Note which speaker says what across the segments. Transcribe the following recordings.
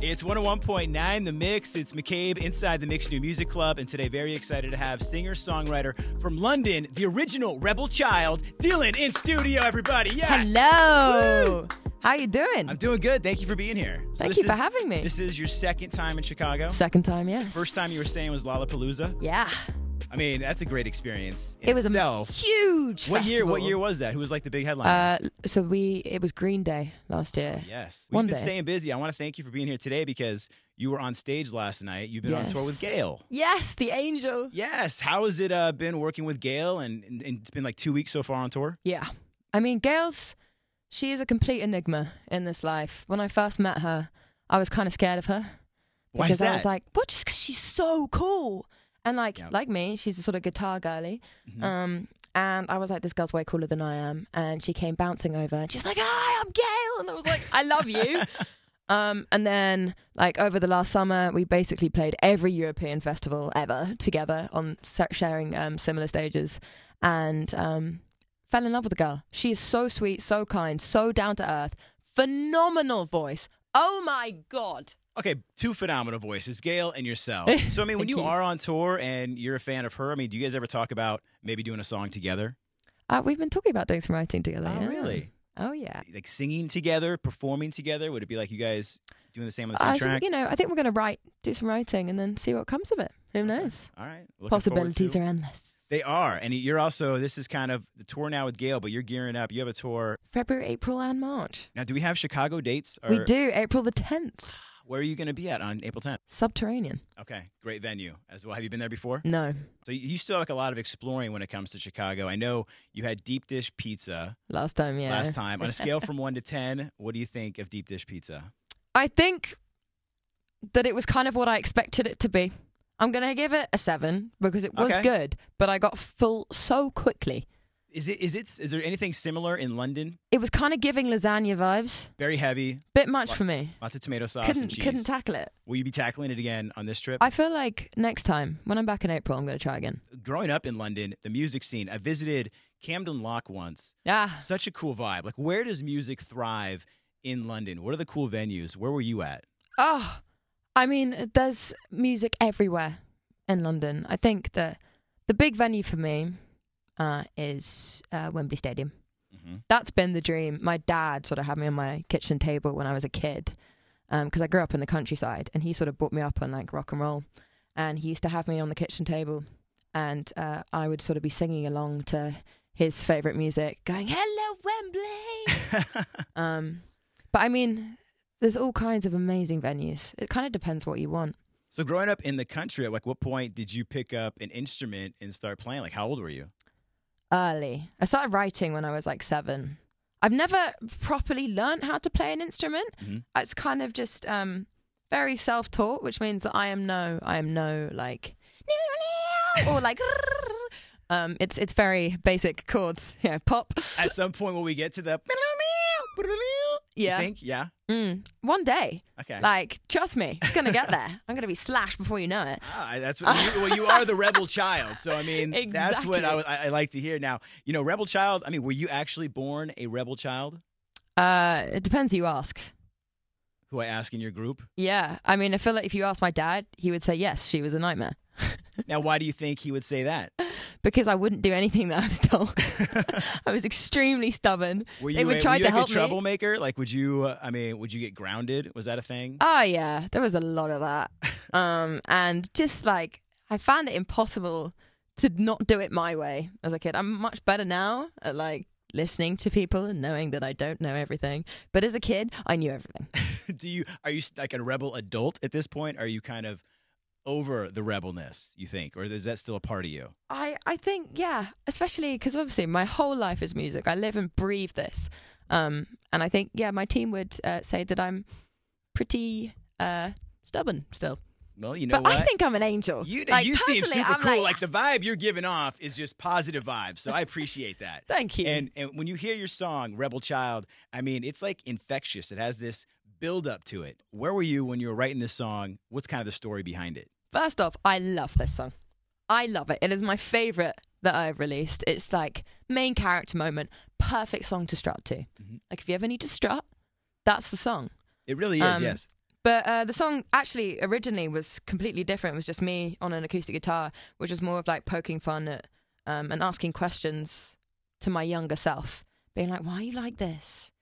Speaker 1: It's 101.9 The Mix. It's McCabe inside the Mix New Music Club. And today, very excited to have singer songwriter from London, the original Rebel Child, Dylan in studio, everybody. Yes.
Speaker 2: Hello. How you doing?
Speaker 1: I'm doing good. Thank you for being here. So
Speaker 2: Thank
Speaker 1: this
Speaker 2: you for
Speaker 1: is-
Speaker 2: having me.
Speaker 1: This is your second time in Chicago.
Speaker 2: Second time, yes.
Speaker 1: First time you were saying was Lollapalooza.
Speaker 2: Yeah.
Speaker 1: I mean, that's a great experience. in
Speaker 2: It was
Speaker 1: itself.
Speaker 2: a huge
Speaker 1: What year?
Speaker 2: festival.
Speaker 1: What year was that? Who was like the big headliner?
Speaker 2: Uh, so we it was Green Day last year.
Speaker 1: yes, we've
Speaker 2: one
Speaker 1: been
Speaker 2: day.
Speaker 1: staying busy. I want to thank you for being here today because you were on stage last night. You've been on tour with
Speaker 2: Yes.
Speaker 1: Gail.
Speaker 2: Yes, the Angel.
Speaker 1: Yes. How has it uh, been working with Gail? And, and, and it's been like two weeks so far on tour.
Speaker 2: Yeah. I mean, Gail's she is a complete enigma in this life. When I first met her, I was kind of scared of her
Speaker 1: Why
Speaker 2: because
Speaker 1: is that?
Speaker 2: I was like, "Well, just 'cause she's so cool." And like
Speaker 1: Yeah.
Speaker 2: like me, she's a sort of guitar girly.
Speaker 1: Mhm.
Speaker 2: Um, and I was like, "This girl's way cooler than I am." And she came bouncing over, and she's like, "Hi, I'm Gail," and I was like, "I love you." um, and then like over the last summer, we basically played every European festival ever together on sa- sharing um, similar stages, and um, fell in love with the girl. She is so sweet, so kind, so down to earth, phenomenal voice. Oh my god!
Speaker 1: okay, two phenomenal voices, Gail and yourself. So I mean, when
Speaker 2: Thank
Speaker 1: you,
Speaker 2: you.
Speaker 1: are on tour and you're a fan of her, I mean, do you guys ever talk about maybe doing a song together?
Speaker 2: Uh, we've been talking about doing some writing together.
Speaker 1: Oh,
Speaker 2: yeah.
Speaker 1: really?
Speaker 2: Oh yeah.
Speaker 1: Like singing together, performing together? Would it be like you guys doing the same on the same
Speaker 2: I
Speaker 1: track?
Speaker 2: think, Uh, you know, I think we're going to write, do some writing, and then see what comes of it. Who knows?
Speaker 1: All right. Looking forward
Speaker 2: Possibilities
Speaker 1: to-
Speaker 2: are endless.
Speaker 1: They are. And you're also, this is kind of the tour now with Gail, but you're gearing up. You have a tour.
Speaker 2: February, April, and March.
Speaker 1: Now, do we have Chicago dates? Or
Speaker 2: We do. April the 10th.
Speaker 1: Where are you going to be at on April 10th?
Speaker 2: Subterranean.
Speaker 1: Okay. Great venue as well. Have you been there before?
Speaker 2: No.
Speaker 1: So you still have like a lot of exploring when it comes to Chicago. I know you had deep dish pizza
Speaker 2: Last time, yeah.
Speaker 1: last time. On a scale from one to 10, what do you think of deep dish pizza?
Speaker 2: I think that it was kind of what I expected it to be. I'm going to give it a seven because it was
Speaker 1: Okay.
Speaker 2: good, but I got full so quickly.
Speaker 1: Is it, is it, is there anything similar in London?
Speaker 2: It was kind of giving lasagna vibes.
Speaker 1: Very heavy,
Speaker 2: Bit much
Speaker 1: Lo-
Speaker 2: for me.
Speaker 1: lots of tomato sauce and
Speaker 2: Couldn't
Speaker 1: cheese.
Speaker 2: couldn't tackle it.
Speaker 1: Will you be tackling it again on this trip?
Speaker 2: I feel like next time when I'm back in April, I'm going to try again.
Speaker 1: Growing up in London, the music scene, I visited Camden Lock once.
Speaker 2: Ah,
Speaker 1: such a cool vibe. Like, where does music thrive in London? What are the cool venues? Where were you at?
Speaker 2: Oh, I mean, there's music everywhere in London. I think that the big venue for me uh, is uh, Wembley Stadium.
Speaker 1: Mhm.
Speaker 2: That's been the dream. My dad sort of had me on my kitchen table when I was a kid because I grew up in the countryside and he sort of brought me up on like rock and roll. And he used to have me on the kitchen table and uh, I would sort of be singing along to his favourite music, going, Hello, Wembley. Um, but I mean, there's all kinds of amazing venues. It kind of depends what you want.
Speaker 1: so, growing up in the country, at like what point did you pick up an instrument and start playing? Like, how old were you?
Speaker 2: Early, I started writing when I was like seven. I've never properly learned how to play an instrument.
Speaker 1: Mhm.
Speaker 2: It's kind of just um, very self-taught, which means that I am no, I am no like, or like, um, it's it's very basic chords. Yeah, pop.
Speaker 1: At some point, when we get to the,
Speaker 2: Yeah.
Speaker 1: you think? yeah,
Speaker 2: Mm. One day,
Speaker 1: okay.
Speaker 2: like, trust me, I'm gonna get there. I'm gonna be slashed before you know it.
Speaker 1: Ah, that's what you, well, you are the rebel child. So I mean, that's what I,
Speaker 2: Exactly.
Speaker 1: I I like to hear. Now, you know, rebel child. I mean, were you actually born a rebel child?
Speaker 2: Uh, it depends who you ask.
Speaker 1: Who I ask in your group.
Speaker 2: Yeah, I mean, I feel like if you asked my dad, he would say yes, she was a nightmare
Speaker 1: Now, why do you think he would say that?
Speaker 2: because I wouldn't do anything that I was told. I was extremely stubborn.
Speaker 1: Were you,
Speaker 2: They would
Speaker 1: a,
Speaker 2: try
Speaker 1: were you
Speaker 2: to
Speaker 1: like
Speaker 2: help
Speaker 1: a
Speaker 2: me.
Speaker 1: troublemaker? Like, would you? Uh, I mean, would you get grounded? Was that a thing?
Speaker 2: Oh yeah, there was a lot of that, um, and just like I found it impossible to not do it my way as a kid. I'm much better now at like listening to people and knowing that I don't know everything, but as a kid, I knew everything.
Speaker 1: Do you are you like a rebel adult at this point? Are you kind of over the rebelness? You think, or is that still a part of you?
Speaker 2: I, I think yeah, especially because obviously my whole life is music. I live and breathe this, um, and I think yeah, my team would uh, say that I'm pretty uh, stubborn still,
Speaker 1: Well, you know
Speaker 2: but
Speaker 1: what.
Speaker 2: I think I'm an angel.
Speaker 1: you
Speaker 2: Like,
Speaker 1: you seem
Speaker 2: personally,
Speaker 1: super
Speaker 2: I'm
Speaker 1: cool. Like, the vibe you're giving off is just positive vibes. So I appreciate that.
Speaker 2: thank you.
Speaker 1: And and when you hear your song "Rebel Child," I mean, it's like infectious. It has this build up to it. Where were you when you were writing this song? What's kind of the story behind it?
Speaker 2: First off, I love this song. I love it. It is my favorite that I've released. It's like main character moment,
Speaker 1: Mm-hmm.
Speaker 2: perfect song to strut to. Like if you ever need to strut, that's the song.
Speaker 1: It really is.
Speaker 2: Um,
Speaker 1: yes.
Speaker 2: But uh, the song actually originally was completely different. It was just me on an acoustic guitar, which was more of like poking fun at um, and asking questions to my younger self, being like, "Why are you like this?"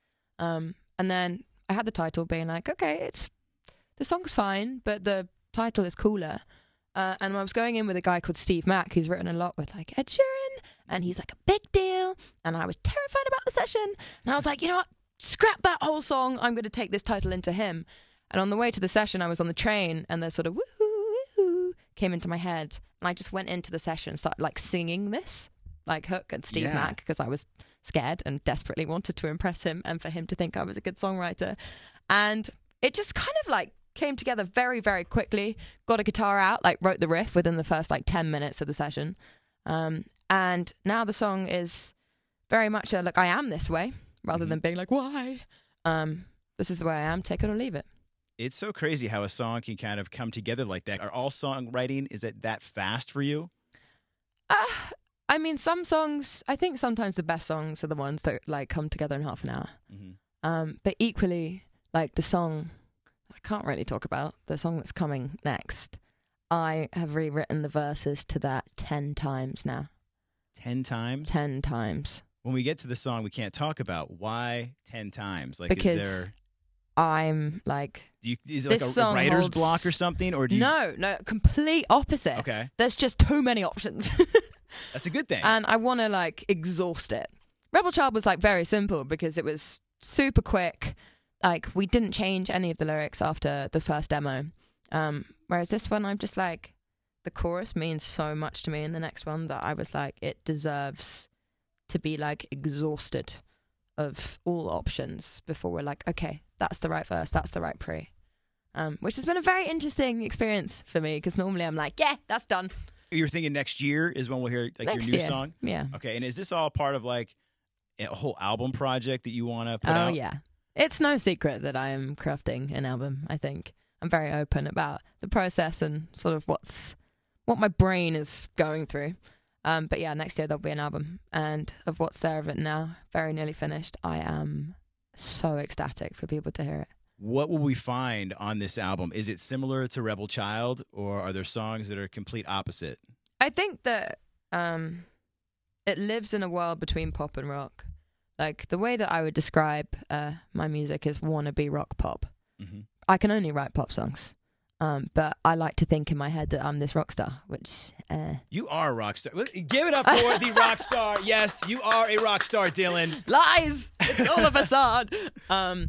Speaker 2: Um, and then I had the title being like, "Okay, it's the song's fine, but the title is cooler." Uh, and I was going in with a guy called Steve Mack, who's written a lot with like Ed Sheeran, and he's like a big deal. And I was terrified about the session, and I was like, you know what? Scrap that whole song. I'm going to take this title into him. And on the way to the session, I was on the train, and the sort of woohoo, woohoo came into my head, and I just went into the session, started like singing this, like Hook and Steve
Speaker 1: Yeah.
Speaker 2: Mack, because I was scared and desperately wanted to impress him and for him to think I was a good songwriter. And it just kind of like came together very, very quickly. Got a guitar out, like wrote the riff within the first like 10 minutes of the session. Um, and now the song is very much a look, I am this way, rather than being like, why? Um, this is the way I am, take it or leave it.
Speaker 1: It's so crazy how a song can kind of come together like that. Are all songwriting is it that fast for you?
Speaker 2: Uh, I mean, some songs. I think sometimes the best songs are the ones that like come together in half an hour.
Speaker 1: Mhm.
Speaker 2: Um, but equally, like the song I can't really talk about the song that's coming next. I have rewritten the verses to that ten times now.
Speaker 1: Ten times.
Speaker 2: Ten times.
Speaker 1: When we get to the song, we can't talk about why ten times. Like,
Speaker 2: Because
Speaker 1: is there?
Speaker 2: I'm like
Speaker 1: Do you, is it like a
Speaker 2: this song
Speaker 1: writer's
Speaker 2: holds-
Speaker 1: block or something? Or do you,
Speaker 2: no, no, complete opposite.
Speaker 1: Okay,
Speaker 2: There's just too many options.
Speaker 1: that's a good thing.
Speaker 2: and I want to like exhaust it. Rebel Child was like very simple because it was super quick. Like we didn't change any of the lyrics after the first demo. Um, whereas this one, I'm just like, the chorus means so much to me in the next one that I was like, it deserves to be like exhausted of all options before we're like, okay, that's the right verse, that's the right pre. Um, which has been a very interesting experience for me because normally I'm like, yeah, that's done.
Speaker 1: You're thinking next year is when we'll hear like
Speaker 2: Next
Speaker 1: your new
Speaker 2: year.
Speaker 1: song.
Speaker 2: Yeah.
Speaker 1: Okay, and is this all part of like a whole album project that you want to put
Speaker 2: oh
Speaker 1: out?
Speaker 2: yeah it's no secret that i am crafting an album i think i'm very open about the process and sort of what's what my brain is going through um, but yeah next year there'll be an album and of what's there of it now very nearly finished i am so ecstatic for people to hear it
Speaker 1: What will we find on this album? Is it similar to Rebel Child, or are there songs that are complete opposite?
Speaker 2: I think that um, it lives in a world between pop and rock. Like the way that I would describe uh, my music is wannabe rock pop.
Speaker 1: Mhm.
Speaker 2: I can only write pop songs, um, but I like to think in my head that I'm this rock star, which uh,
Speaker 1: You are a rock star. Give it up for the rock star. Yes, you are a rock star, Dylan.
Speaker 2: lies. It's all a facade. Um,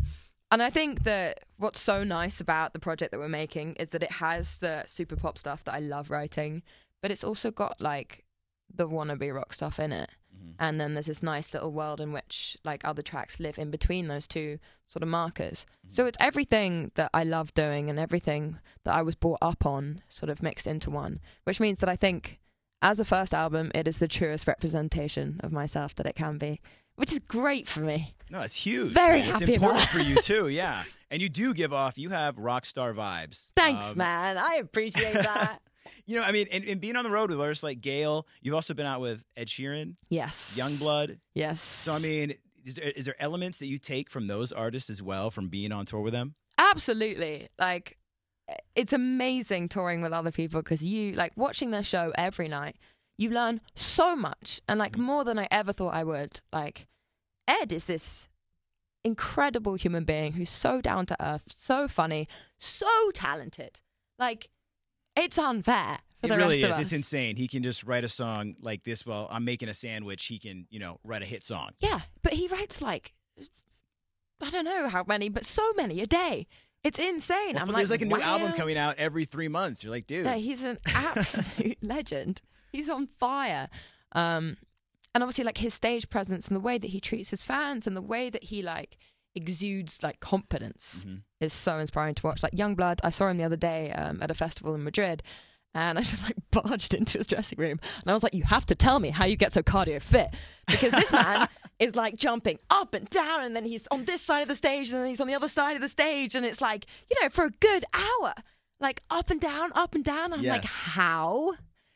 Speaker 2: and I think that what's so nice about the project that we're making is that it has the super pop stuff that I love writing, but it's also got like the wannabe rock stuff in it. And then there's this nice little world in which like other tracks live in between those two sort of markers. So it's everything that I love doing and everything that I was brought up on sort of mixed into one, which means that I think as a first album, it is the truest representation of myself that it can be, which is great for me.
Speaker 1: No, it's huge.
Speaker 2: Very
Speaker 1: man.
Speaker 2: happy
Speaker 1: It's
Speaker 2: about
Speaker 1: important for you too. Yeah, and you do give off. You have rock star vibes.
Speaker 2: Thanks,
Speaker 1: Um,
Speaker 2: man. I appreciate that.
Speaker 1: You know, I mean, and, and being on the road with artists like Gail, you've also been out with Ed Sheeran,
Speaker 2: yes.
Speaker 1: Youngblood.
Speaker 2: Yes.
Speaker 1: So I mean, is there, is there elements that you take from those artists as well from being on tour with them?
Speaker 2: Absolutely. Like, it's amazing touring with other people because you, like, watching their show every night, you learn so much and,
Speaker 1: Mm.
Speaker 2: like, more than I ever thought I would. Like, Ed is this incredible human being who's so down to earth, so funny, so talented. Like, it's unfair for
Speaker 1: It
Speaker 2: the
Speaker 1: really
Speaker 2: rest
Speaker 1: is.
Speaker 2: of us.
Speaker 1: It's insane. He can just write a song like this. Well, I'm making a sandwich. He can, you know, write a hit song.
Speaker 2: Yeah, but he writes like I don't know how many, but so many a day. It's insane.
Speaker 1: Well,
Speaker 2: I'm
Speaker 1: f- there's like a new
Speaker 2: wow.
Speaker 1: album coming out every three months. You're like, dude,
Speaker 2: No, he's an absolute legend. He's on fire. Um, and obviously, like his stage presence and the way that he treats his fans and the way that he like exudes like confidence is so inspiring to watch. Like Youngblood, I saw him the other day um, at a festival in Madrid. And I just like barged into his dressing room and I was like, You have to tell me how you get so cardio fit. Because this man is like jumping up and down and then he's on this side of the stage and then he's on the other side of the stage. And it's like, you know, for a good hour, like up and down, up and down. I'm like,
Speaker 1: Yes.
Speaker 2: How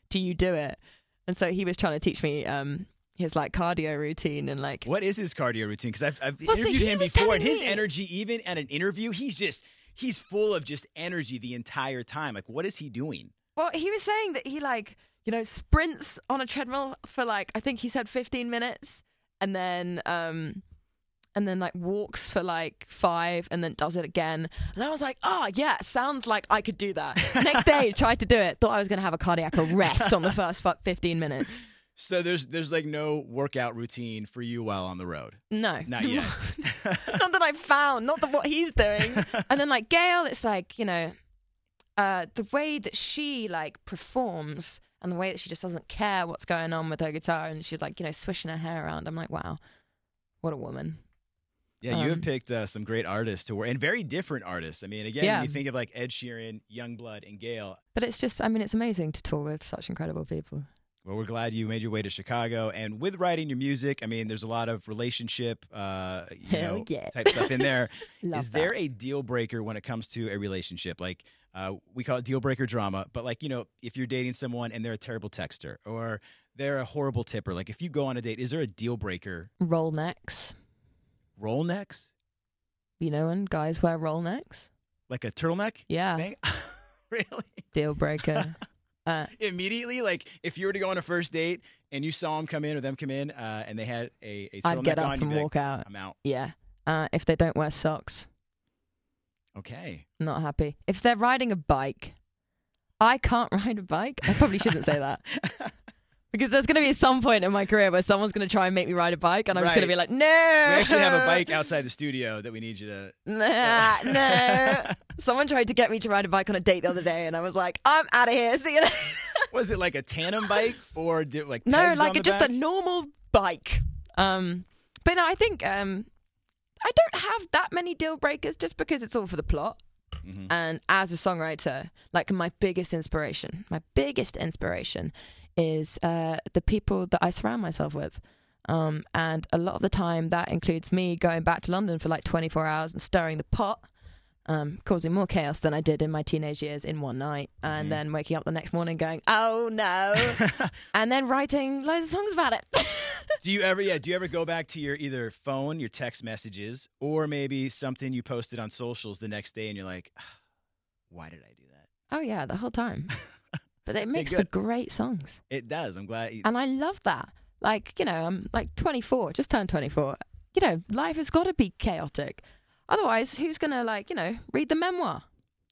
Speaker 2: do you do it? And so he was trying to teach me um, his like cardio routine and like
Speaker 1: what is his cardio routine? Because I've, I've
Speaker 2: Well, so
Speaker 1: interviewed
Speaker 2: he
Speaker 1: him
Speaker 2: was
Speaker 1: before,
Speaker 2: telling
Speaker 1: and his
Speaker 2: me-
Speaker 1: energy, even at an interview, he's just he's full of just energy the entire time. Like, what is he doing?
Speaker 2: Well, he was saying that he like you know sprints on a treadmill for like I think he said 15 minutes, and then um, and then like walks for like five, and then does it again. And I was like, oh yeah, sounds like I could do that. Next day, tried to do it. Thought I was gonna have a cardiac arrest on the first fu- 15 minutes.
Speaker 1: So there's there's like no workout routine for you while on the road.
Speaker 2: No,
Speaker 1: Not yet.
Speaker 2: not that I found, not that what he's doing. and then like Gail, it's like you know, uh, the way that she like performs and the way that she just doesn't care what's going on with her guitar and she's like you know swishing her hair around. I'm like, wow, what a woman.
Speaker 1: Yeah, you have
Speaker 2: Um,
Speaker 1: picked uh, some great artists to work and very different artists. I mean, again,
Speaker 2: Yeah.
Speaker 1: when you think of like Ed Sheeran, Youngblood, and Gail.
Speaker 2: But it's just, I mean, it's amazing to tour with such incredible people.
Speaker 1: Well, we're glad you made your way to Chicago. And with writing your music, I mean, there's a lot of relationship, uh, you
Speaker 2: Hell
Speaker 1: know,
Speaker 2: yeah.
Speaker 1: type stuff in there.
Speaker 2: Love
Speaker 1: Is there a deal breaker when it comes to a relationship? Like uh, we call it deal breaker drama, but like you know, if you're dating someone and they're a terrible texter or they're a horrible tipper, like if you go on a date, is there a deal breaker?
Speaker 2: that. roll necks?
Speaker 1: Roll necks,
Speaker 2: You know, when guys wear roll necks,
Speaker 1: like a turtleneck
Speaker 2: yeah,
Speaker 1: thing? really?
Speaker 2: deal breaker. uh,
Speaker 1: Immediately, like if you were to go on a first date and you saw them come in or them come in uh, and they had a, a turtleneck
Speaker 2: I'd get
Speaker 1: on,
Speaker 2: up
Speaker 1: you'd
Speaker 2: and
Speaker 1: be like,
Speaker 2: walk out.
Speaker 1: I'm out.
Speaker 2: Yeah, uh, if they don't wear socks.
Speaker 1: Okay.
Speaker 2: Not happy. If they're riding a bike, I can't ride a bike. I probably shouldn't say that. Because there's going to be some point in my career where someone's going to try and make me ride a bike, and I'm just going
Speaker 1: Right.
Speaker 2: to be like, no.
Speaker 1: We actually have a bike outside the studio that we need you to.
Speaker 2: Nah, no. Someone tried to get me to ride a bike on a date the other day, and I was like, I'm out of here. See you later.
Speaker 1: Was it like a tandem bike or did, like
Speaker 2: No,
Speaker 1: pegs on
Speaker 2: like
Speaker 1: the
Speaker 2: a, just
Speaker 1: back?
Speaker 2: a normal bike. Um, but no, I think um, I don't have that many deal breakers just because it's all for the plot.
Speaker 1: Mm-hmm.
Speaker 2: And as a songwriter, like my biggest inspiration, my biggest inspiration is uh, the people that I surround myself with. Um, and a lot of the time, that includes me going back to London for like 24 hours and stirring the pot, um, causing more chaos than I did in my teenage years in one night.
Speaker 1: Mm-hmm.
Speaker 2: And then waking up the next morning going, oh no. and then writing loads of songs about it.
Speaker 1: Do you ever, yeah, do you ever go back to your either phone, your text messages, or maybe something you posted on socials the next day and you're like, "Ah, why did I do that?
Speaker 2: oh, yeah, the whole time. But it makes for
Speaker 1: good.
Speaker 2: great songs.
Speaker 1: It does. I'm glad. You,
Speaker 2: And I love that. Like, you know, I'm like 24, just turned 24. You know, life has got to be chaotic. Otherwise, who's going to, like, you know, read the memoir?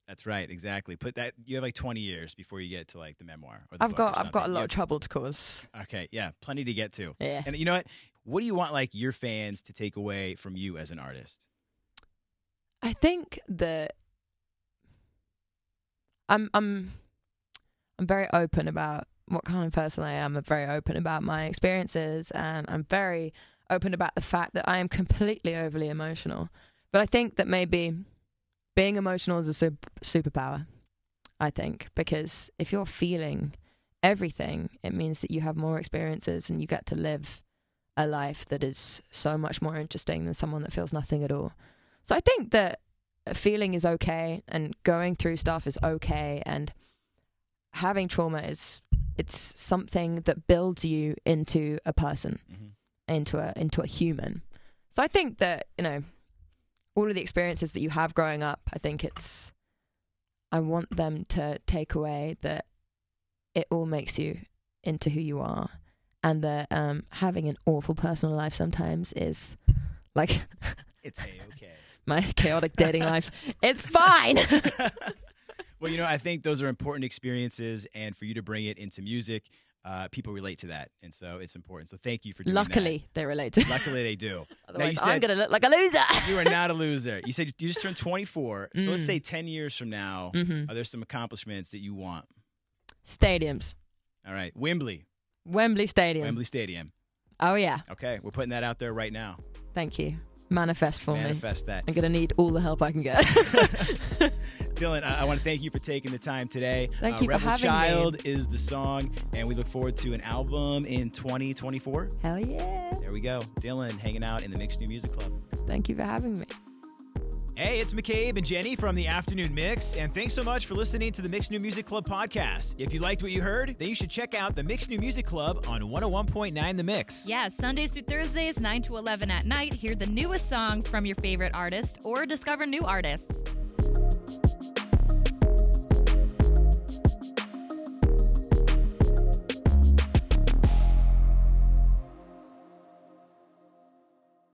Speaker 1: that's right. Exactly. Put that, you have like 20 years before you get to like the memoir or the
Speaker 2: I've
Speaker 1: book or
Speaker 2: got, I've got a
Speaker 1: something.
Speaker 2: lot
Speaker 1: You-
Speaker 2: of trouble to cause.
Speaker 1: Okay. Yeah. Plenty to get to.
Speaker 2: Yeah.
Speaker 1: And you know what? What do you want like your fans to take away from you as an artist?
Speaker 2: I think that I'm I'm I'm very open about what kind of person I am. I'm very open about my experiences and I'm very open about the fact that I am completely overly emotional. But I think that maybe being emotional is a sup- superpower. I think because if you're feeling everything, it means that you have more experiences and you get to live a life that is so much more interesting than someone that feels nothing at all. So I think that feeling is okay and going through stuff is okay and having trauma is it's something that builds you into a person,
Speaker 1: Mhm.
Speaker 2: into a into a human. So I think that, you know, all of the experiences that you have growing up, I think it's I want them to take away that it all makes you into who you are and that um, having an awful personal life sometimes is like
Speaker 1: It's a
Speaker 2: my chaotic dating life. It's fine.
Speaker 1: okay. well, you know, I think those are important experiences and for you to bring it into music, uh, people relate to that. And so it's important. So thank you for doing that.
Speaker 2: Luckily, they relate.
Speaker 1: Luckily, they do.
Speaker 2: Otherwise,
Speaker 1: you
Speaker 2: I'm
Speaker 1: said-
Speaker 2: going to look like a loser.
Speaker 1: You are not a loser. You said you just turned 24. So let's
Speaker 2: Mm.
Speaker 1: say 10 years from now,
Speaker 2: Mhm.
Speaker 1: are there some accomplishments that you want?
Speaker 2: Stadiums.
Speaker 1: All right. Wembley,
Speaker 2: Wembley Stadium.
Speaker 1: Wembley Stadium.
Speaker 2: Oh, yeah.
Speaker 1: Okay. We're putting that out there right now.
Speaker 2: Thank you. Manifest for me.
Speaker 1: Manifest that.
Speaker 2: I'm going to need all the help I can get.
Speaker 1: Dylan, I, I want to thank you for taking the time today. Uh,
Speaker 2: Thank you for
Speaker 1: Rebel
Speaker 2: having me.
Speaker 1: Child is the song, and we look forward to an album in 2024.
Speaker 2: Hell yeah.
Speaker 1: There we go. Dylan hanging out in the Mixed New Music Club.
Speaker 2: Thank you for having me.
Speaker 1: Hey, it's McCabe and Jenny from the Afternoon Mix, and thanks so much for listening to the Mixed New Music Club podcast. If you liked what you heard, then you should check out the Mixed New Music Club on 101.9 The Mix.
Speaker 3: Yeah, Sundays through Thursdays, 9 to 11 at night, hear the newest songs from your favorite artist or discover new artists.